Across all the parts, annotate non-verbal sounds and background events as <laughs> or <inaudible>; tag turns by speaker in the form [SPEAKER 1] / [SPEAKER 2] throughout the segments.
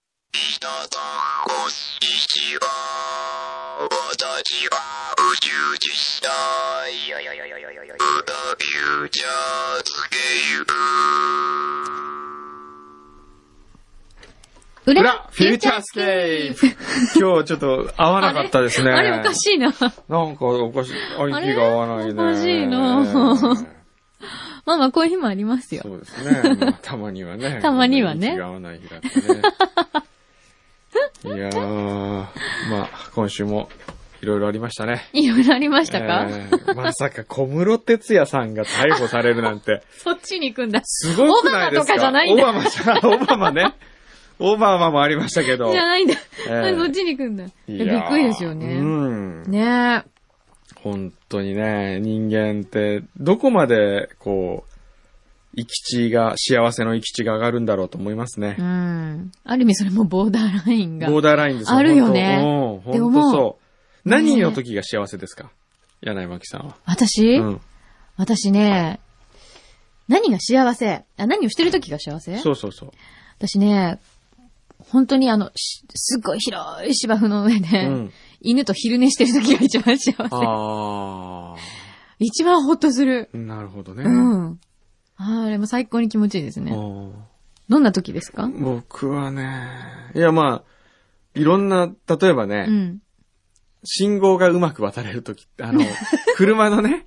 [SPEAKER 1] 皆さん、こんにちは。私は宇宙実際。The Future Scape。
[SPEAKER 2] 裏、フューチャースケープ今日ちょっと合わなかったですね。
[SPEAKER 3] あれおかしいな。 <laughs>
[SPEAKER 2] なんかおかしい。あ
[SPEAKER 3] あ
[SPEAKER 2] 息
[SPEAKER 3] れ
[SPEAKER 2] が合わないね。
[SPEAKER 3] おかしいなまあまあ、こういう日もありますよ。
[SPEAKER 2] <laughs> そうです
[SPEAKER 3] <laughs>
[SPEAKER 2] ね。まあたまにはね。
[SPEAKER 3] たまにはね
[SPEAKER 2] 息が合わない日だってね。い
[SPEAKER 3] <laughs>
[SPEAKER 2] やー、まあ、今週もいろいろありましたね。
[SPEAKER 3] いろいろありましたか、
[SPEAKER 2] えーまさか小室哲也さんが逮捕されるな
[SPEAKER 3] <laughs>
[SPEAKER 2] んて、
[SPEAKER 3] そっちに行くんだ。
[SPEAKER 2] すごくないですか
[SPEAKER 3] オバマとかじゃないんだ
[SPEAKER 2] オバマじゃ、オバマね。オバマもありましたけど。
[SPEAKER 3] じゃないんだ。
[SPEAKER 2] えー
[SPEAKER 3] そっちに行くんだ。い
[SPEAKER 2] い
[SPEAKER 3] や
[SPEAKER 2] や
[SPEAKER 3] び
[SPEAKER 2] ー
[SPEAKER 3] っくりですよ
[SPEAKER 2] う
[SPEAKER 3] ね。
[SPEAKER 2] ん。
[SPEAKER 3] ねえ。
[SPEAKER 2] 本当にね、人間って、どこまで、こう、行き地が、幸せの行き地が上がるんだろうと思いますね
[SPEAKER 3] う。ん。ある意味それもボーダーラインが。
[SPEAKER 2] ボーダーラインですよ
[SPEAKER 3] あるよね
[SPEAKER 2] 本当
[SPEAKER 3] って
[SPEAKER 2] うん、
[SPEAKER 3] 思う
[SPEAKER 2] 本当そう。何の時が幸せですか柳巻さんは。
[SPEAKER 3] 私、
[SPEAKER 2] うん。
[SPEAKER 3] 私ね、何が幸せあ、何をしてる時が幸せ
[SPEAKER 2] そうそうそう。
[SPEAKER 3] 私ね、本当にあの、しすっごい広い芝生の上で、
[SPEAKER 2] うん。
[SPEAKER 3] 犬と昼寝してる時が一番幸せ。
[SPEAKER 2] あ
[SPEAKER 3] 一番ほっとする。
[SPEAKER 2] ー。なるほどね。
[SPEAKER 3] うん。あれも最高に気持ちいいですね。
[SPEAKER 2] おー
[SPEAKER 3] どんな時ですか
[SPEAKER 2] 僕はね、いやまあ、いろんな、例えばね、
[SPEAKER 3] うん。
[SPEAKER 2] 信号がうまく渡れるとき、
[SPEAKER 3] <laughs>
[SPEAKER 2] あの、車のね、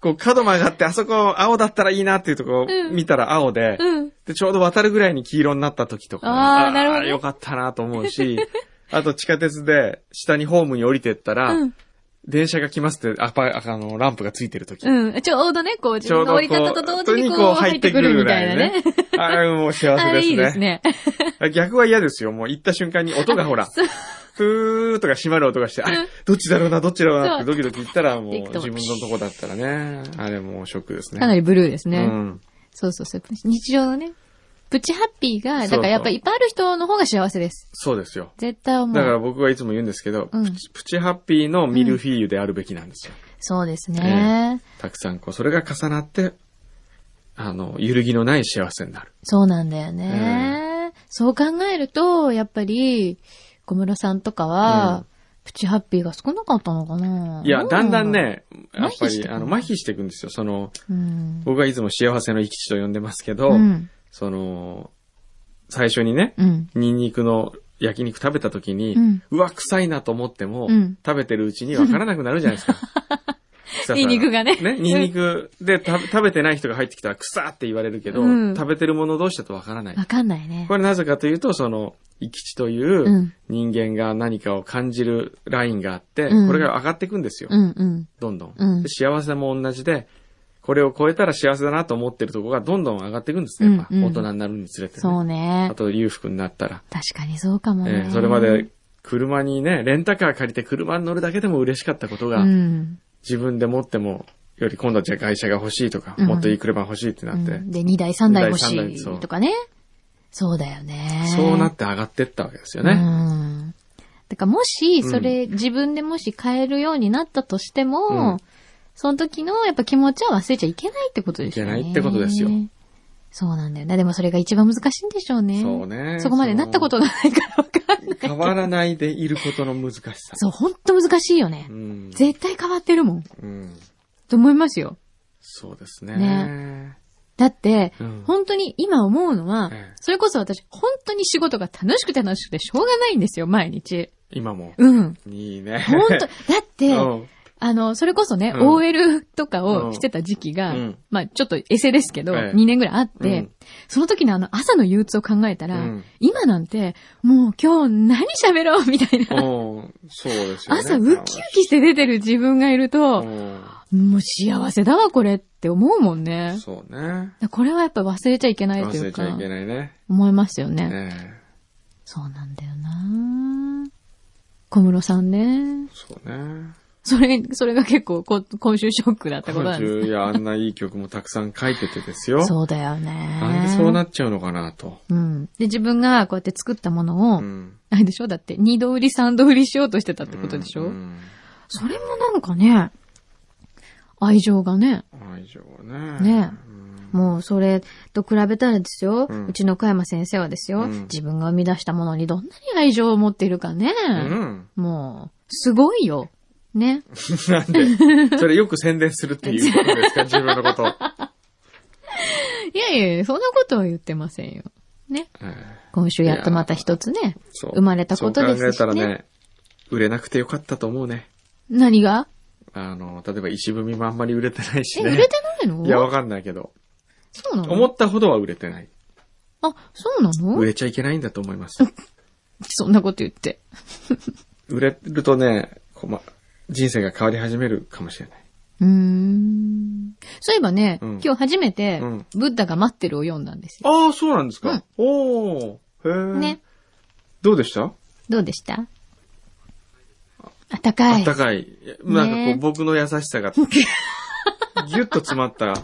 [SPEAKER 2] こう角曲がって、あそこ青だったらいいなっていうとこ
[SPEAKER 3] うん
[SPEAKER 2] 見たら青で、
[SPEAKER 3] うん。
[SPEAKER 2] で、ちょうど渡るぐらいに黄色になったときとか、
[SPEAKER 3] あーなるほど
[SPEAKER 2] ーよかったなと思う
[SPEAKER 3] <laughs>
[SPEAKER 2] し、あと地下鉄で下にホームに降りてったら、
[SPEAKER 3] うん
[SPEAKER 2] 電車が来ますって、あぱ、あの、ランプがついてるとき。
[SPEAKER 3] うん。ちょうどね、こう、自分の降り方と同時にこう入ってくるみたいなね。。
[SPEAKER 2] あ <laughs> あ、もう幸
[SPEAKER 3] あ
[SPEAKER 2] せ
[SPEAKER 3] れいい
[SPEAKER 2] で
[SPEAKER 3] ですす
[SPEAKER 2] ね。
[SPEAKER 3] ね。
[SPEAKER 2] 逆は嫌ですよ。もう行った瞬間に音がほら、ふーとか閉まる音がして、あれ、どっちだろうな、どっちだろうなって
[SPEAKER 3] そ
[SPEAKER 2] ドキドキ言ったら、もう
[SPEAKER 3] っていくと
[SPEAKER 2] 自分のとこだったらね、あれもうショックですね。
[SPEAKER 3] かなりブルーですね。
[SPEAKER 2] うん。
[SPEAKER 3] そうそうそう。日常のね。プチハッピー
[SPEAKER 2] そ
[SPEAKER 3] が、
[SPEAKER 2] う
[SPEAKER 3] だ
[SPEAKER 2] そう
[SPEAKER 3] からやっぱいっぱいある人の方が幸せです。
[SPEAKER 2] そうですよ。
[SPEAKER 3] 絶対思う。
[SPEAKER 2] だから僕はいつも言うんですけど、
[SPEAKER 3] うん
[SPEAKER 2] プチプチハッピーのミルフィーユであるべきなんですよ。
[SPEAKER 3] そうですね。
[SPEAKER 2] たくさんこう、それが重なって、あの、揺るぎのない幸せになる。
[SPEAKER 3] そうなんだよね。そう考えると、やっぱり、小室さんとかは、
[SPEAKER 2] うん
[SPEAKER 3] プチハッピーが少なかったのかない
[SPEAKER 2] いや、だんだん、ね、やっ
[SPEAKER 3] 麻
[SPEAKER 2] ぱ
[SPEAKER 3] 痺して
[SPEAKER 2] り、
[SPEAKER 3] くる
[SPEAKER 2] あの、麻痺していくんですよ。その、
[SPEAKER 3] うん。
[SPEAKER 2] 僕はいつも幸せの生き地と呼んでますけど、
[SPEAKER 3] うん。
[SPEAKER 2] その、最初にね、
[SPEAKER 3] うん。
[SPEAKER 2] ニンニクの焼肉食べた時に、う
[SPEAKER 3] うん
[SPEAKER 2] わ、臭いなと思っても、
[SPEAKER 3] うん
[SPEAKER 2] 食べてるうちに分からなくなるじゃない
[SPEAKER 3] <laughs>
[SPEAKER 2] ですか。臭さが
[SPEAKER 3] ニンニクがね
[SPEAKER 2] ね、ニンニクでた食べてない人が入ってきたら臭って言われるけど、
[SPEAKER 3] うん
[SPEAKER 2] 食べてるもの同士だと分からない。
[SPEAKER 3] わかんないね
[SPEAKER 2] こ。れなぜかというと、その、生き地という
[SPEAKER 3] うん
[SPEAKER 2] 人間が何かを感じるラインがあって、
[SPEAKER 3] うん
[SPEAKER 2] これが上がっていくんですよ。
[SPEAKER 3] うんうん。
[SPEAKER 2] どんどん、
[SPEAKER 3] うん
[SPEAKER 2] で幸せも同じで、これを超えたら幸せだなと思ってるところがどんどん上がっていくんですね。やっぱ
[SPEAKER 3] うんうん
[SPEAKER 2] 大人になるにつれて、ね
[SPEAKER 3] そうね
[SPEAKER 2] あ。と裕福になったら。
[SPEAKER 3] 確かにそうかもね。
[SPEAKER 2] えーそれまで、車にね、レンタカー借りて車に乗るだけでも嬉しかったこと
[SPEAKER 3] う
[SPEAKER 2] が、
[SPEAKER 3] ん。
[SPEAKER 2] 自分で持っても、より今度はじゃあ会社が欲しいとか、
[SPEAKER 3] うん
[SPEAKER 2] もっといい車欲しいってな
[SPEAKER 3] う
[SPEAKER 2] っ
[SPEAKER 3] ん
[SPEAKER 2] て、
[SPEAKER 3] で、2台3台欲し
[SPEAKER 2] 二台三台そう
[SPEAKER 3] いとかね。そうだよね。
[SPEAKER 2] そうなって上がってったわけですよね。
[SPEAKER 3] うん。だからもし、それ、自分でもし変えるようになったとしても、
[SPEAKER 2] うん
[SPEAKER 3] その時のやっぱ気持ちは忘れちゃいけないってことですよね。
[SPEAKER 2] いけないってことですよ。
[SPEAKER 3] そうなんだよね。でもそれが一番難しいんでしょうね。
[SPEAKER 2] そうね
[SPEAKER 3] そこまでなったことがないからわかんない。
[SPEAKER 2] 変わらないでいることの難しさ。
[SPEAKER 3] そう、ほんと難しいよね。
[SPEAKER 2] うん。
[SPEAKER 3] 絶対変わってるもん。
[SPEAKER 2] うん。
[SPEAKER 3] と思いますよ。
[SPEAKER 2] そうですね。
[SPEAKER 3] ねだって、
[SPEAKER 2] うん
[SPEAKER 3] 本当に今思うのは、
[SPEAKER 2] ええ
[SPEAKER 3] それこそ私、本当に仕事が楽しくて楽しくてしょうがないんですよ、毎日。
[SPEAKER 2] 今も。
[SPEAKER 3] うん。
[SPEAKER 2] いいね。
[SPEAKER 3] 本当だって、
[SPEAKER 2] うん
[SPEAKER 3] あの、それこそね、
[SPEAKER 2] うん
[SPEAKER 3] OL とか
[SPEAKER 2] うん
[SPEAKER 3] をしてた時期が、
[SPEAKER 2] うん
[SPEAKER 3] まあちょっとエセですけど、
[SPEAKER 2] ええ
[SPEAKER 3] 2年ぐらいあって、
[SPEAKER 2] うん
[SPEAKER 3] その時のあの朝の憂鬱を考えたら、
[SPEAKER 2] うん
[SPEAKER 3] 今なんて、もう今日何喋ろうみたいな、
[SPEAKER 2] うん。そうですよね。
[SPEAKER 3] 朝ウキウキして出てる自分がいると、
[SPEAKER 2] う
[SPEAKER 3] もう幸せだわこれって思うもんね
[SPEAKER 2] ん。。そうね。
[SPEAKER 3] これはやっぱ忘れちゃいけないとい
[SPEAKER 2] 忘
[SPEAKER 3] う
[SPEAKER 2] れち
[SPEAKER 3] か、
[SPEAKER 2] ゃいけないね。
[SPEAKER 3] 思いますよね。
[SPEAKER 2] ええ
[SPEAKER 3] そうなんだよな小室さんね。
[SPEAKER 2] そうね。
[SPEAKER 3] それ、それが結構こ今週ショックだったこと
[SPEAKER 2] 彼
[SPEAKER 3] なんです
[SPEAKER 2] 女、いや、あんないい曲もたくさん書いててですよ。
[SPEAKER 3] そうだよね。
[SPEAKER 2] なんでそうなっちゃうのかなと。
[SPEAKER 3] うん。で、自分がこうやって作ったものを、
[SPEAKER 2] うん。
[SPEAKER 3] あれでしょだって、二度売り三度売りしようとしてたってことでしょ、
[SPEAKER 2] うん
[SPEAKER 3] それもなんかね、愛情がね、
[SPEAKER 2] 愛情はね。
[SPEAKER 3] ね
[SPEAKER 2] うん
[SPEAKER 3] もうそれと比べたらですよ、う
[SPEAKER 2] うん
[SPEAKER 3] ちの小山先生はですよ、
[SPEAKER 2] うん
[SPEAKER 3] 自分が生み出したものにどんなに愛情を持っているかね。
[SPEAKER 2] うん。
[SPEAKER 3] もう、すごいよ。ね。
[SPEAKER 2] なんで、そ <laughs> れよく宣伝するっていうことで
[SPEAKER 3] <laughs>
[SPEAKER 2] すか、自分のこと。
[SPEAKER 3] いやいや、そんなことは言ってませんよ。ね。今週やっとまた一つね。
[SPEAKER 2] そう
[SPEAKER 3] 生まれたことですしね
[SPEAKER 2] そう考えたらね、売れなくてよかったと思うね。
[SPEAKER 3] 何が
[SPEAKER 2] あの、例えば石踏みもあんまり売れてない
[SPEAKER 3] え、
[SPEAKER 2] しね。
[SPEAKER 3] 売れてないの
[SPEAKER 2] いや、わかんないけど。
[SPEAKER 3] そうなの
[SPEAKER 2] 思ったほどは売れてない。
[SPEAKER 3] あ、そうな
[SPEAKER 2] 売
[SPEAKER 3] の
[SPEAKER 2] れちゃいけないんだと思います。
[SPEAKER 3] そんなこと言って。
[SPEAKER 2] 売れるとね、こうま、人生が変わり始めるかもしれない。
[SPEAKER 3] うーん。そういえばね、
[SPEAKER 2] うん
[SPEAKER 3] 今日初めて、
[SPEAKER 2] うん
[SPEAKER 3] ブッダが待ってるを読んだんですよ。
[SPEAKER 2] ああ、そうなんですか。おおーへえ。
[SPEAKER 3] ね。。
[SPEAKER 2] どうでした
[SPEAKER 3] どうでしたあったか
[SPEAKER 2] あ
[SPEAKER 3] い。
[SPEAKER 2] ったかい。なんかこう、
[SPEAKER 3] ね
[SPEAKER 2] 僕の優し
[SPEAKER 3] <laughs>
[SPEAKER 2] さが、ぎゅっと詰まった。
[SPEAKER 3] あの、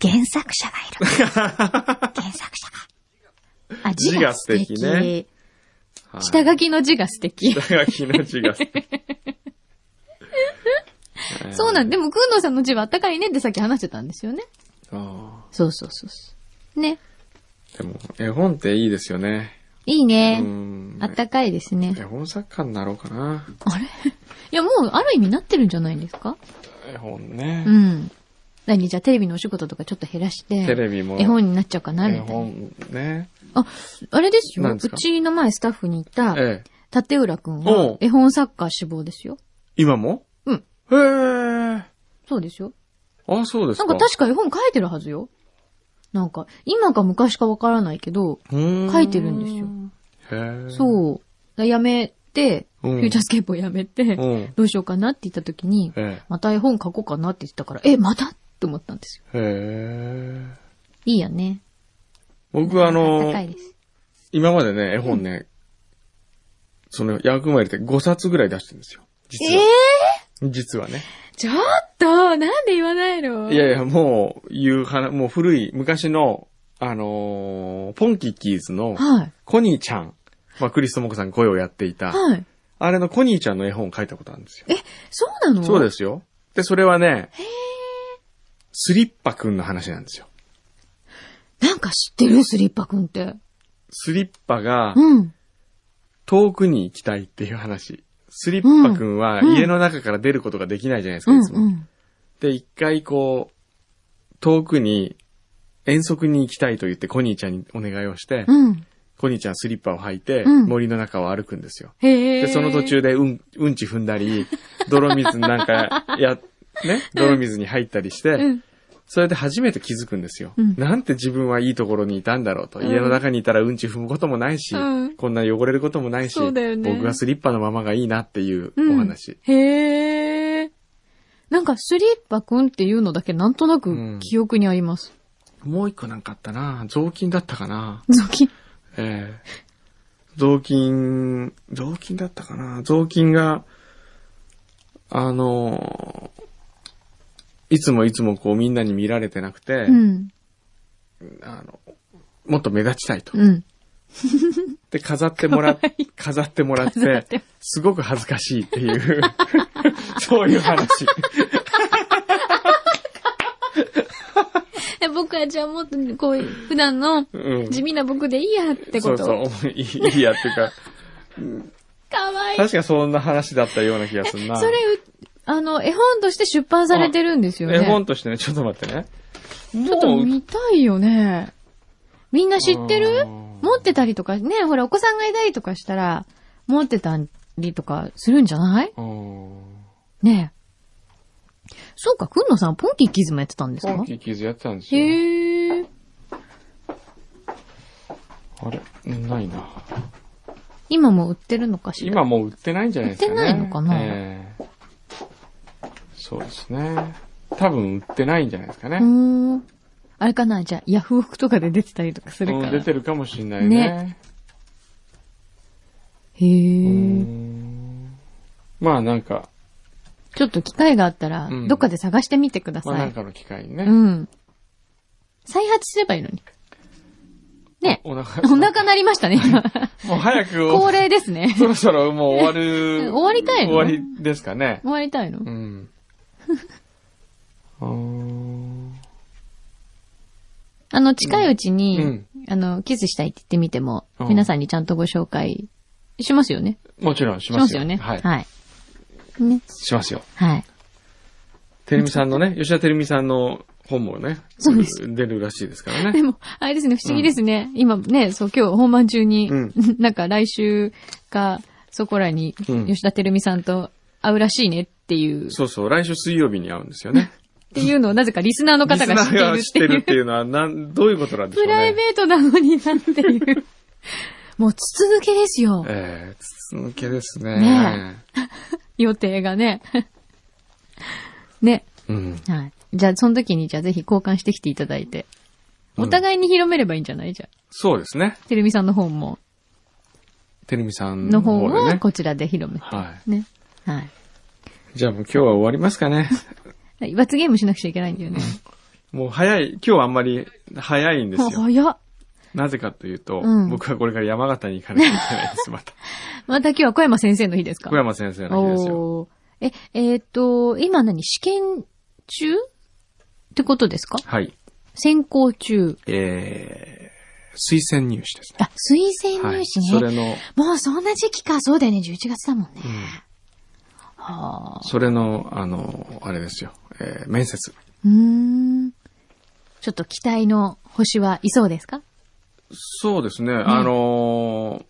[SPEAKER 3] 原作者がい
[SPEAKER 2] <laughs>
[SPEAKER 3] る。原作者が。あ、字が素敵。
[SPEAKER 2] 字が素敵ねはい
[SPEAKER 3] 下書きの字が素敵。
[SPEAKER 2] 下書きの字が。
[SPEAKER 3] <laughs> そうなん、
[SPEAKER 2] で。
[SPEAKER 3] でも、くんのさんの字はあったかいねってさっき話してたんですよね。
[SPEAKER 2] あ
[SPEAKER 3] そうそうそうそう。ね。
[SPEAKER 2] ーでも、絵本っていいですよね。
[SPEAKER 3] いいうね。
[SPEAKER 2] ん
[SPEAKER 3] あ。ったかいですね
[SPEAKER 2] 絵。本作家になろうかな。
[SPEAKER 3] あれいや、もう、ある意味なってるんじゃないですか
[SPEAKER 2] 絵本ね
[SPEAKER 3] う。ん。何じゃあテレビのお仕事とかちょっと減らして。
[SPEAKER 2] テレビも
[SPEAKER 3] 絵本になっちゃうかなみ
[SPEAKER 2] 絵
[SPEAKER 3] たいな。
[SPEAKER 2] 本ね。
[SPEAKER 3] あ、あれですよ。
[SPEAKER 2] 何
[SPEAKER 3] う
[SPEAKER 2] ですか
[SPEAKER 3] ちの前スタッフにいた、
[SPEAKER 2] ええ。
[SPEAKER 3] 立浦くん
[SPEAKER 2] お
[SPEAKER 3] は
[SPEAKER 2] う
[SPEAKER 3] 絵本作家志望ですよ。
[SPEAKER 2] 今も
[SPEAKER 3] うん。
[SPEAKER 2] へえ。
[SPEAKER 3] そうですよ。
[SPEAKER 2] あ、そうです
[SPEAKER 3] な
[SPEAKER 2] か。
[SPEAKER 3] んか確か絵本書いてるはずよ。なんか、今か昔かわからないけど、
[SPEAKER 2] に
[SPEAKER 3] 書いてるんですよ。
[SPEAKER 2] へえ。う。
[SPEAKER 3] そう。だやめて、
[SPEAKER 2] うん
[SPEAKER 3] フューチャースケープをやめて、
[SPEAKER 2] うん。
[SPEAKER 3] どうしようかなって言った時に、
[SPEAKER 2] え
[SPEAKER 3] また絵本書こうかなって言ってたから、え、またって思ったんですよ。
[SPEAKER 2] え。へえ。
[SPEAKER 3] いいよね。
[SPEAKER 2] 僕はあの
[SPEAKER 3] 高、いです。
[SPEAKER 2] 今までね、絵本ね、その、役割で5冊ぐらい出してるんですよ。実
[SPEAKER 3] ええ
[SPEAKER 2] は。実はね。
[SPEAKER 3] ちょっと、なんで言わないの
[SPEAKER 2] いやいや、もう、いう話、もう古い、昔の、あのーポンキッキーズの、
[SPEAKER 3] はい。
[SPEAKER 2] コニーちゃん。まあ、クリストモコさん声をやっていた、
[SPEAKER 3] はい。
[SPEAKER 2] あれのコニーちゃんの絵本を書いたことあるんですよ。
[SPEAKER 3] そうなの。
[SPEAKER 2] そうですすよ。で、それはね、スリッパくんの話なんですよ。
[SPEAKER 3] なんか知ってるスリッパくんって。
[SPEAKER 2] スリッパが
[SPEAKER 3] うん。
[SPEAKER 2] 遠くに行きたいっていう話。スリッパくんは
[SPEAKER 3] うん
[SPEAKER 2] 家の中から出ることができないじゃないです
[SPEAKER 3] う
[SPEAKER 2] か、
[SPEAKER 3] ん
[SPEAKER 2] いつも。
[SPEAKER 3] うん。
[SPEAKER 2] で、一回こう、遠くに遠足に行きたいと言ってコニーちゃんにお願いをして、
[SPEAKER 3] うん。
[SPEAKER 2] コニーちゃんスリッパを履いて、
[SPEAKER 3] うん
[SPEAKER 2] 森の中を歩くんですよ。
[SPEAKER 3] へえ。
[SPEAKER 2] で、その途中でうん、うんち踏んだり、泥水なんか、
[SPEAKER 3] <laughs>
[SPEAKER 2] や、ね、泥水に入ったりして、
[SPEAKER 3] うん。
[SPEAKER 2] それで初めて気づくんですよ、
[SPEAKER 3] うん
[SPEAKER 2] なんて自分はいいところにいたんだろうと。
[SPEAKER 3] うん
[SPEAKER 2] 家の中にいたらうんち踏むこともないし、
[SPEAKER 3] うん
[SPEAKER 2] こんな汚れることもないし、
[SPEAKER 3] そうだよね
[SPEAKER 2] 僕はスリッパのままがいいなっていう
[SPEAKER 3] うん
[SPEAKER 2] お話。
[SPEAKER 3] へえ。なんか、スリッパくんっていうのだけなんとなく記憶にあります。
[SPEAKER 2] もう一個なんかあったな雑巾だったかな
[SPEAKER 3] ゾキ。
[SPEAKER 2] ええ雑巾、雑巾だったかな雑巾が、あのいつもいつもこうみんなに見られてなくて、
[SPEAKER 3] うん。
[SPEAKER 2] あの、もっと目立ちたいと。
[SPEAKER 3] うん。
[SPEAKER 2] で、飾っても
[SPEAKER 3] <laughs>
[SPEAKER 2] らっ、飾ってもらっ
[SPEAKER 3] 飾って <laughs>
[SPEAKER 2] て、すごく恥ずかしいっていう、 <laughs> そういう話。
[SPEAKER 3] え僕はじゃあもっとこう、普段の
[SPEAKER 2] うん。
[SPEAKER 3] 地味な僕でいいやって
[SPEAKER 2] そ
[SPEAKER 3] こ
[SPEAKER 2] う
[SPEAKER 3] と。
[SPEAKER 2] そう、いいいいやっていうか、
[SPEAKER 3] かわいい。
[SPEAKER 2] 確かそんな話だったような気がするな。
[SPEAKER 3] それ、うあの、絵本として出版されてるんですよね。
[SPEAKER 2] 絵本としてね、ちょっと待ってね。
[SPEAKER 3] ちょっと見たいよね。みんな知って
[SPEAKER 2] あ
[SPEAKER 3] る
[SPEAKER 2] ー
[SPEAKER 3] 持ってたりとか、ね、ほら、お子さんがいたりとかしたら、持ってたりとかするんじゃない
[SPEAKER 2] うん。
[SPEAKER 3] ねえ。そうか、くんのさん、ポンキッキーズもやってたんです
[SPEAKER 2] ポ
[SPEAKER 3] か
[SPEAKER 2] ンキーキーズやってたんですよ。
[SPEAKER 3] へえ。
[SPEAKER 2] あれないな。
[SPEAKER 3] 今も売ってるのかしら。
[SPEAKER 2] 今もう売ってないんじゃないですかね。
[SPEAKER 3] 売ってないのかな
[SPEAKER 2] ええそうですね。多分売ってないんじゃないですかね。
[SPEAKER 3] うーん。あれかなじゃあ、ヤフオクとかで出てたりとかする
[SPEAKER 2] う
[SPEAKER 3] から。
[SPEAKER 2] ん出てるかもしれないね。
[SPEAKER 3] へ
[SPEAKER 2] う
[SPEAKER 3] え。
[SPEAKER 2] んまあなんか、
[SPEAKER 3] ちょっと機会があったら、
[SPEAKER 2] うん
[SPEAKER 3] どっかで探してみてくだ
[SPEAKER 2] まあ
[SPEAKER 3] さ
[SPEAKER 2] なん
[SPEAKER 3] い。
[SPEAKER 2] かの機会にね。
[SPEAKER 3] うん。再発すればいいのに。ね。
[SPEAKER 2] お腹
[SPEAKER 3] お、腹鳴りましたね、今。
[SPEAKER 2] もう早く、
[SPEAKER 3] 恒例ですね。
[SPEAKER 2] そろそろもう終わ
[SPEAKER 3] 終
[SPEAKER 2] る。
[SPEAKER 3] わりたいの
[SPEAKER 2] 終わりですかね。
[SPEAKER 3] 終わりたいの
[SPEAKER 2] うん。あー
[SPEAKER 3] あの、近いうちに、
[SPEAKER 2] うん
[SPEAKER 3] あの、キスしたいって言ってみても、
[SPEAKER 2] うん
[SPEAKER 3] 皆さんにちゃんとご紹介しますよね。
[SPEAKER 2] もちろんし
[SPEAKER 3] し
[SPEAKER 2] ま
[SPEAKER 3] ますす
[SPEAKER 2] よ。
[SPEAKER 3] よね。
[SPEAKER 2] はい。
[SPEAKER 3] はい。ね。
[SPEAKER 2] しますよ。
[SPEAKER 3] はい。
[SPEAKER 2] てるみさん
[SPEAKER 3] <laughs>
[SPEAKER 2] のね、吉田てるみさんの本もね、
[SPEAKER 3] そうです
[SPEAKER 2] 出るらしいですからね
[SPEAKER 3] で。も、あれですね、不思議ですね。今ね、そう、今日本番中に、
[SPEAKER 2] うん
[SPEAKER 3] なんか来週か、そこらに、
[SPEAKER 2] うん
[SPEAKER 3] 吉田照美さんと会うらしいねっていう、っ
[SPEAKER 2] そうそう、来週水曜日に会うんです
[SPEAKER 3] <laughs>
[SPEAKER 2] よね。
[SPEAKER 3] ていうのをなぜかリスナーの
[SPEAKER 2] リ
[SPEAKER 3] 方
[SPEAKER 2] ス
[SPEAKER 3] が
[SPEAKER 2] ナ
[SPEAKER 3] 知ってい
[SPEAKER 2] ー
[SPEAKER 3] る
[SPEAKER 2] が
[SPEAKER 3] っ
[SPEAKER 2] 知ってて
[SPEAKER 3] い
[SPEAKER 2] る
[SPEAKER 3] う
[SPEAKER 2] って。いうのは、なん、どういうことなんでし
[SPEAKER 3] プ
[SPEAKER 2] ょうね。
[SPEAKER 3] ライベートなのになんていう。もう筒抜けですよ。
[SPEAKER 2] ええ筒抜けですね。
[SPEAKER 3] ね予定がね。 <laughs> ね。
[SPEAKER 2] うん。
[SPEAKER 3] はい。じゃあ、その時に、じゃあぜひ交換してきていただいて。
[SPEAKER 2] うん
[SPEAKER 3] お互いに広めればいいんじゃないじゃ
[SPEAKER 2] そうですね。
[SPEAKER 3] あ。てるみさんの本も、
[SPEAKER 2] てるみさん
[SPEAKER 3] の
[SPEAKER 2] の
[SPEAKER 3] 方
[SPEAKER 2] 方で
[SPEAKER 3] も
[SPEAKER 2] ね。
[SPEAKER 3] こちらで広めて。
[SPEAKER 2] は
[SPEAKER 3] ね。はい。
[SPEAKER 2] い。じゃあもう今日は終わりますか <laughs> ね。
[SPEAKER 3] 罰ゲームしなくちゃいけないんだよね。
[SPEAKER 2] もう早い、今日はあんまり早いんです <laughs>
[SPEAKER 3] <laughs>
[SPEAKER 2] よ。
[SPEAKER 3] 早っ。
[SPEAKER 2] なぜかというと、
[SPEAKER 3] うん
[SPEAKER 2] 僕はこれから山形に行かなきゃいけないです、また。 <laughs>
[SPEAKER 3] また今日は小山先生の日ですか
[SPEAKER 2] 小山先生の日ですよ。
[SPEAKER 3] おーえ、えーっと、今何試験中ってことですか
[SPEAKER 2] はい。
[SPEAKER 3] 選考中。
[SPEAKER 2] えー、推薦入試ですね。
[SPEAKER 3] あ、推薦入試ね。
[SPEAKER 2] はい。それの、
[SPEAKER 3] もうそんな時期か。そうだよね。11月だもんね。
[SPEAKER 2] うん
[SPEAKER 3] はあ。
[SPEAKER 2] それの、あの、あれですよ。えー、面接。
[SPEAKER 3] うーん。ちょっと期待の星はいそうですか
[SPEAKER 2] そうですね。あのー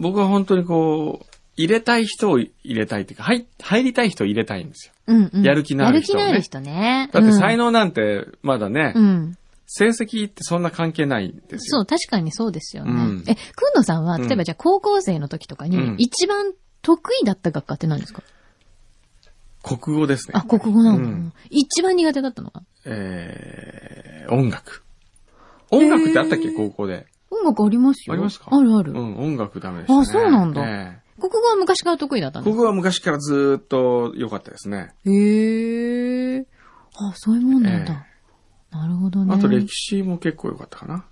[SPEAKER 2] 僕は本当にこう、入れたい人を入れたいっていうか、入、入りたい人を入れたいんですよ。
[SPEAKER 3] うんうん。
[SPEAKER 2] やる気のある人をね
[SPEAKER 3] やる気のある人ね。
[SPEAKER 2] だって才
[SPEAKER 3] 能、
[SPEAKER 2] 能なんて、まだね、
[SPEAKER 3] うん、
[SPEAKER 2] 成績ってそんな関係ないんです
[SPEAKER 3] そ
[SPEAKER 2] よ。
[SPEAKER 3] う、確かにそうですよね。
[SPEAKER 2] うん
[SPEAKER 3] え、くんのさんは、
[SPEAKER 2] うん
[SPEAKER 3] 例えばじゃあ高校生の時とか
[SPEAKER 2] う
[SPEAKER 3] に
[SPEAKER 2] ん、
[SPEAKER 3] 一番得意だった学科って何ですか、
[SPEAKER 2] 国語ですね。
[SPEAKER 3] あ、国語なんだ、
[SPEAKER 2] うん
[SPEAKER 3] 一番苦手だったのは
[SPEAKER 2] えー、音楽。音楽ってあったっけ、高校で。
[SPEAKER 3] 音楽ありますよ。
[SPEAKER 2] ありますか
[SPEAKER 3] あるある。
[SPEAKER 2] うん、音楽ダメでした、ね。
[SPEAKER 3] あそうなんだ
[SPEAKER 2] ええ
[SPEAKER 3] 国語は昔から得意だったんで
[SPEAKER 2] 国
[SPEAKER 3] す
[SPEAKER 2] 語は昔からずーっと良かったですね。
[SPEAKER 3] へえ。あ、そういうもんなんだ。なるほどね。
[SPEAKER 2] あと歴史も結構良かったかな。
[SPEAKER 3] ああ、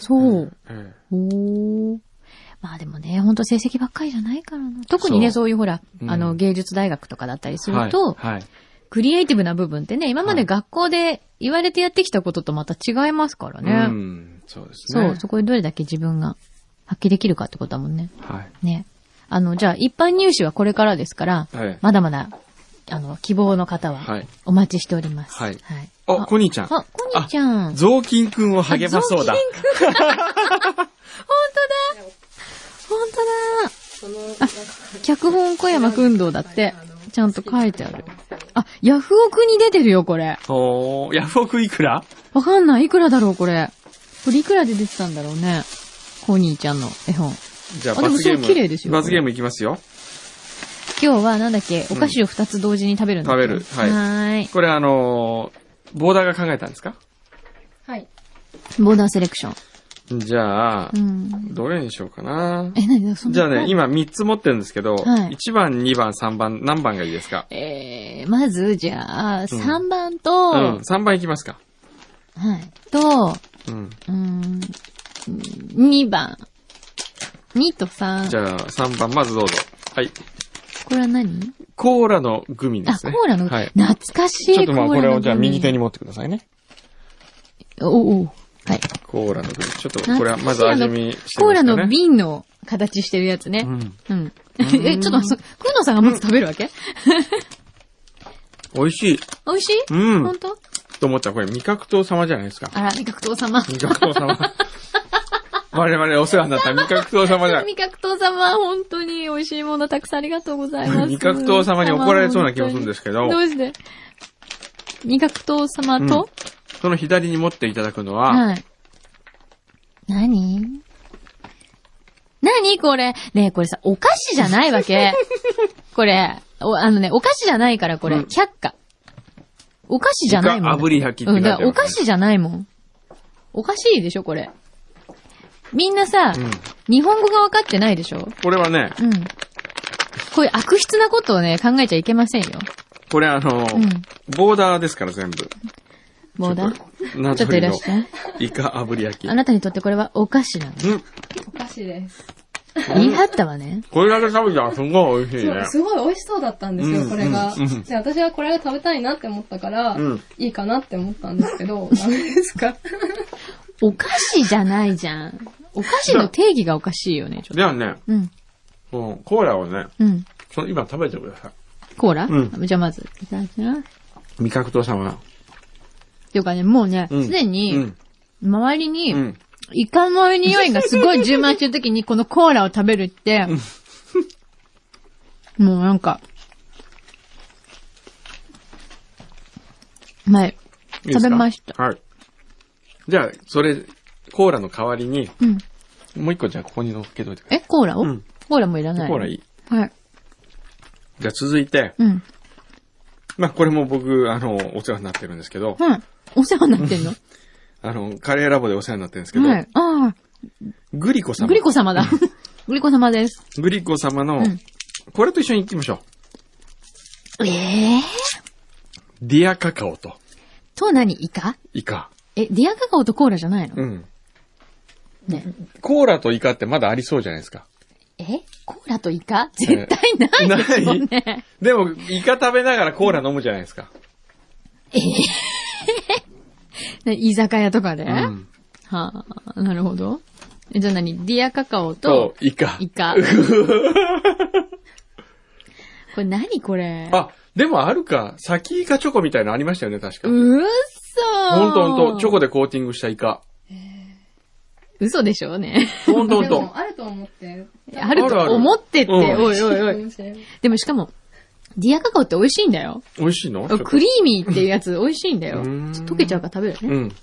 [SPEAKER 3] そう。
[SPEAKER 2] ええ
[SPEAKER 3] おお。まあでもね、本当成績ばっかりじゃないからな。特にね、
[SPEAKER 2] そ
[SPEAKER 3] そういうほら、
[SPEAKER 2] うん
[SPEAKER 3] あの、芸術大学とかだったりすると、
[SPEAKER 2] はい。はい
[SPEAKER 3] クリエイティブな部分ってね、今ま
[SPEAKER 2] は
[SPEAKER 3] で
[SPEAKER 2] い
[SPEAKER 3] 学校で言われてやってきたこととまた違いますからね。
[SPEAKER 2] うん、そうです
[SPEAKER 3] そ
[SPEAKER 2] ね。
[SPEAKER 3] う、そこでどれだけ自分が発揮できるかってことだもんね。
[SPEAKER 2] はい。
[SPEAKER 3] ね。あの、じゃあ一般入試はこれからですから、
[SPEAKER 2] はい
[SPEAKER 3] まだまだ、あの、希望の方
[SPEAKER 2] は、
[SPEAKER 3] はいお待ちしております。
[SPEAKER 2] はい
[SPEAKER 3] はい。
[SPEAKER 2] あ、コニーちゃん。
[SPEAKER 3] あ、コニーちゃん。
[SPEAKER 2] 雑巾くんを励まそうだ
[SPEAKER 3] あ。雑巾くん <laughs> 本当だ。本当だ。あ、脚本小山くんどうだって、ちゃんと書いてある。あ、ヤフオクに出てるよ、これ。
[SPEAKER 2] おー、ヤフオクいくら
[SPEAKER 3] わかんない。いくらだろう、これ。これいくらで出てたんだろうね。コニーちゃんの絵本。
[SPEAKER 2] じゃあ、
[SPEAKER 3] あでも
[SPEAKER 2] 罰ゲーム。
[SPEAKER 3] すごい綺麗ですよ
[SPEAKER 2] 罰ゲームいきますよ。
[SPEAKER 3] 今日はなんだっけ、お菓子を二つ同時に食べるんだっけ、
[SPEAKER 2] 食べるはい
[SPEAKER 3] はーい。
[SPEAKER 2] これあのーボーダーが考えたんですか
[SPEAKER 3] はい。ボーダーセレクション。
[SPEAKER 2] じゃあ
[SPEAKER 3] う、ん。
[SPEAKER 2] どれにしようかな。
[SPEAKER 3] え、何だ、そんな。
[SPEAKER 2] じゃあね、。今3つ持ってるんですけど、
[SPEAKER 3] はい
[SPEAKER 2] 1番、2番、3番、何番がいいですか
[SPEAKER 3] えー、まず、じゃあ、
[SPEAKER 2] ん
[SPEAKER 3] 3番
[SPEAKER 2] う
[SPEAKER 3] と、
[SPEAKER 2] ん、3番いきますか。
[SPEAKER 3] はい。と、
[SPEAKER 2] うん。
[SPEAKER 3] うーん、2番。2と3。
[SPEAKER 2] じゃあ、3番、まずどうぞ。はい。
[SPEAKER 3] これは何
[SPEAKER 2] コーラのグミで
[SPEAKER 3] あ、
[SPEAKER 2] す
[SPEAKER 3] コ
[SPEAKER 2] ね。
[SPEAKER 3] ーラの、
[SPEAKER 2] はい。
[SPEAKER 3] 懐かしい
[SPEAKER 2] ちょっとまあ、
[SPEAKER 3] コ
[SPEAKER 2] こ
[SPEAKER 3] ーラ
[SPEAKER 2] れ
[SPEAKER 3] の
[SPEAKER 2] をじゃあ
[SPEAKER 3] グミ
[SPEAKER 2] 右手に。持ってくださいね。
[SPEAKER 3] おうおうはい。
[SPEAKER 2] コーラのグミ。ちょっと、これはまず味見してみますかね。
[SPEAKER 3] コーラの瓶の形してるやつね。
[SPEAKER 2] うん。
[SPEAKER 3] うん。 <laughs> え、ちょっとそ、くのさんがまず食べるわけ、
[SPEAKER 2] 美味しい。
[SPEAKER 3] 美味しい、
[SPEAKER 2] うん
[SPEAKER 3] 本当
[SPEAKER 2] と思ったら、これ味覚糖様じゃないですか。
[SPEAKER 3] あら、味覚糖様。
[SPEAKER 2] 味覚糖様。 <laughs> 我々お世話になった味覚糖様じゃ。
[SPEAKER 3] 味覚糖様、本当に美味しいものたくさんありがとうござい <laughs> ます。
[SPEAKER 2] 味覚糖様に怒られそうな気がするんですけど
[SPEAKER 3] どうして味覚糖様と、
[SPEAKER 2] その左に持っていただくのは、
[SPEAKER 3] はい。何何これ。ねえ、これさ、お菓子じゃないわ
[SPEAKER 2] <laughs>
[SPEAKER 3] け。これ、お、あのね、お菓子じゃないから、これ、
[SPEAKER 2] うん
[SPEAKER 3] 却下。お菓子じゃないもん。
[SPEAKER 2] イカ炙り焼きって書
[SPEAKER 3] う
[SPEAKER 2] い
[SPEAKER 3] ん、
[SPEAKER 2] てあ
[SPEAKER 3] だ
[SPEAKER 2] る
[SPEAKER 3] からお菓子じゃないもん。おかしいでしょ、これ。みんなさ、
[SPEAKER 2] うん
[SPEAKER 3] 日本語が分かってないでしょ
[SPEAKER 2] これはね、
[SPEAKER 3] うん。こういう悪質なことをね、考えちゃいけませんよ。
[SPEAKER 2] これあの、
[SPEAKER 3] ん
[SPEAKER 2] ボーダーですから全部。
[SPEAKER 3] ボーダー。
[SPEAKER 2] ーな
[SPEAKER 3] ちょっといらっしゃい。
[SPEAKER 2] イカ炙り焼き。
[SPEAKER 3] あなたにとってこれはお菓子なの。
[SPEAKER 2] うん。
[SPEAKER 4] お菓子です。
[SPEAKER 3] 言い張ったわね。
[SPEAKER 2] これだけ食べたらすごい美味しい
[SPEAKER 5] そ
[SPEAKER 2] ね
[SPEAKER 5] う。すごい美味しそうだったんですよ、
[SPEAKER 2] うん
[SPEAKER 5] これが
[SPEAKER 2] うんうん。
[SPEAKER 5] で私はこれが食べたいなって思ったから、
[SPEAKER 2] うん
[SPEAKER 5] いいかなって思ったんですけど、
[SPEAKER 2] <laughs>
[SPEAKER 5] ダメですか
[SPEAKER 3] お菓子じゃないじゃん。お菓子の定義がおかしいよね、ちょっ
[SPEAKER 2] ではね、
[SPEAKER 3] と。うん。
[SPEAKER 2] もうコーラをね、
[SPEAKER 3] うん。
[SPEAKER 2] その今食べてくださ
[SPEAKER 3] コーラ、
[SPEAKER 2] う
[SPEAKER 3] じゃあまず、いただきます。
[SPEAKER 2] い。味覚と様。
[SPEAKER 3] っていうかね、もうね、
[SPEAKER 2] うん
[SPEAKER 3] すで
[SPEAKER 2] う
[SPEAKER 3] に
[SPEAKER 2] ん、。
[SPEAKER 3] 周りに、
[SPEAKER 2] うん。
[SPEAKER 3] イカの匂いがすごい充満してる時に、このコーラを食べるって、 <laughs> もうなんか、前、
[SPEAKER 2] いいですか
[SPEAKER 3] 食べました
[SPEAKER 2] はい。じゃあ、それ、コーラの代わりに、
[SPEAKER 3] うん。
[SPEAKER 2] もう一個じゃあここに乗っけといてくだ
[SPEAKER 3] え、コーラを、
[SPEAKER 2] うん
[SPEAKER 3] コーラもいら
[SPEAKER 2] さ。
[SPEAKER 3] ないい。
[SPEAKER 2] コーラいい。
[SPEAKER 3] はい。
[SPEAKER 2] じゃあ続いて、
[SPEAKER 3] うん。
[SPEAKER 2] まあこれも僕、あの、お世話になってるんですけど、
[SPEAKER 3] うん。お世話になってんの
[SPEAKER 2] あの、カレーラボでお世話になってるんですけど、
[SPEAKER 3] はい。あ
[SPEAKER 2] グリコ
[SPEAKER 3] あ、
[SPEAKER 2] 様。
[SPEAKER 3] グリコ様だ。グリコ様です。
[SPEAKER 2] グリコ様の、
[SPEAKER 3] うん
[SPEAKER 2] これと一緒に行きましょ
[SPEAKER 3] ええー、
[SPEAKER 2] う。ディアカカオと
[SPEAKER 3] と何イカ
[SPEAKER 2] イカ。
[SPEAKER 3] え、ディアカカオとコーラじゃないの、
[SPEAKER 2] うん。
[SPEAKER 3] ね。
[SPEAKER 2] コーラとイカってまだありそうじゃないですか。
[SPEAKER 3] えコーラとイカ絶対ないですよね。
[SPEAKER 2] でも、イカ食べながらコーラ飲むじゃないですか。
[SPEAKER 3] ね居酒屋とかで、
[SPEAKER 2] うん。
[SPEAKER 3] はあ、なるほど。えじゃあ何ディアカカオ
[SPEAKER 2] と
[SPEAKER 3] と、、
[SPEAKER 2] イカ。
[SPEAKER 3] イカ。これ何これ
[SPEAKER 2] あ、でもあるか。サキイカチョコみたいなのありましたよね、確か。
[SPEAKER 3] うっそー
[SPEAKER 2] ほんとほんと、チョコでコーティングしたイカ。
[SPEAKER 3] 嘘でしょうね。
[SPEAKER 2] ほんとほん
[SPEAKER 5] で
[SPEAKER 2] と
[SPEAKER 5] も、。あると思って。
[SPEAKER 3] ある
[SPEAKER 2] あるあ
[SPEAKER 3] と
[SPEAKER 2] る
[SPEAKER 3] 思ってって、
[SPEAKER 2] うん
[SPEAKER 3] おいおいお
[SPEAKER 5] か
[SPEAKER 3] い。
[SPEAKER 5] もしれない
[SPEAKER 3] でもしかも、ディアカカオって美味しいんだよ。
[SPEAKER 2] 美味しいのちょっと
[SPEAKER 3] クリーミーっていうや
[SPEAKER 2] <laughs>
[SPEAKER 3] つ美味しいんだよ。
[SPEAKER 2] う
[SPEAKER 3] ちょ
[SPEAKER 2] ん
[SPEAKER 3] っと溶けちゃうから食べるね。
[SPEAKER 2] うん。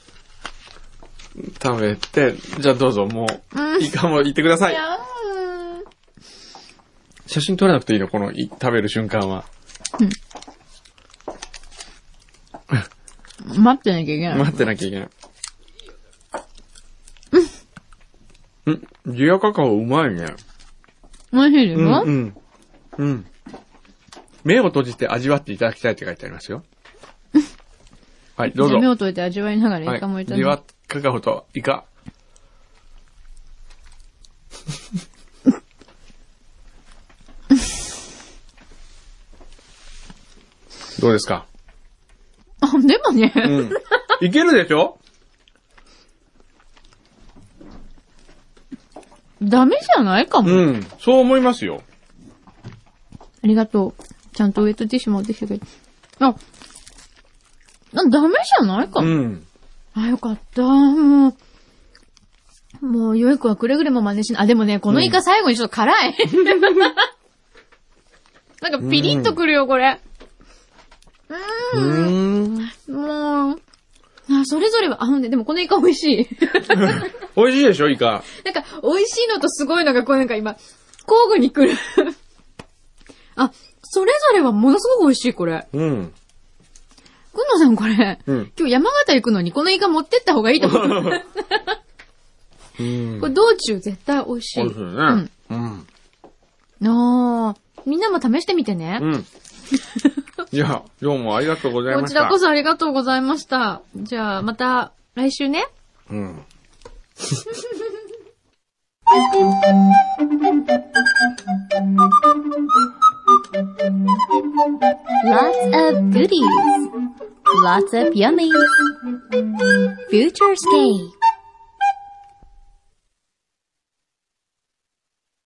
[SPEAKER 2] 食べて、じゃあどうぞ、も
[SPEAKER 3] う
[SPEAKER 2] う、
[SPEAKER 3] ん
[SPEAKER 2] イカも行ってくださ
[SPEAKER 3] い
[SPEAKER 2] い。
[SPEAKER 3] やー
[SPEAKER 2] 写真撮らなくていいのこの、い食べる瞬間は。
[SPEAKER 3] 待ってなきゃいけない。
[SPEAKER 2] 待ってなきゃいけない。うん。ディアカカオうまいね。
[SPEAKER 3] 美味しいでし
[SPEAKER 2] う
[SPEAKER 3] ょ、
[SPEAKER 2] ん、うん。うん。目を閉じて味わっていただきたいって書いてあり <laughs> ますよ。はい、どう
[SPEAKER 3] じゃ
[SPEAKER 2] ぞ
[SPEAKER 3] あ。目を閉じて味わいながら
[SPEAKER 2] はい。
[SPEAKER 3] イカもいただ
[SPEAKER 2] デ
[SPEAKER 3] き
[SPEAKER 2] ィ
[SPEAKER 3] ま
[SPEAKER 2] アカカオとイカ。 <laughs> どうですか
[SPEAKER 3] す。あ、でもね、
[SPEAKER 2] うん。いけるでしょ
[SPEAKER 3] ダメじゃないかも、
[SPEAKER 2] うん。そう思いますよ。
[SPEAKER 3] ありがとう。ちゃんとウェットティッシュ持ってきてくれて。あ、あダメじゃないか
[SPEAKER 2] う
[SPEAKER 3] も、
[SPEAKER 2] ん。
[SPEAKER 3] あ、よかった。もう、もう、よい子はくれぐれも真似しない。あ、でもね、このイカ最後にちょっと辛い。 <laughs> なんかピリッとくるよ、これ。
[SPEAKER 2] うーん。
[SPEAKER 3] もう、あ、それぞれは、あ、ね、でもこのイカ美味しい。 <laughs>
[SPEAKER 2] 美味しいでしょイカ。
[SPEAKER 3] なんか、美味しいのとすごいのが、こうなんか今、交互に来る。あ、それぞれはものすごく美味しい、これ。
[SPEAKER 2] うん。
[SPEAKER 3] くんのさん、これ。
[SPEAKER 2] うん。
[SPEAKER 3] 今日山形行くのにこのイカ持ってった方がいいと思
[SPEAKER 2] <laughs>
[SPEAKER 3] う。
[SPEAKER 2] うん。
[SPEAKER 3] これ道中絶対美味し
[SPEAKER 2] 美
[SPEAKER 3] い。
[SPEAKER 2] 味しいね。うん。
[SPEAKER 3] あーみんなも試してみてね。 <laughs>
[SPEAKER 2] うん。いや、どうもありがとうござい
[SPEAKER 3] こ
[SPEAKER 2] ま
[SPEAKER 3] ち
[SPEAKER 2] した。
[SPEAKER 3] らこそありがとうございました。じゃあ、また来週ね。
[SPEAKER 2] うん。
[SPEAKER 4] Lots of goodies. Lots of yummies. Futurescape.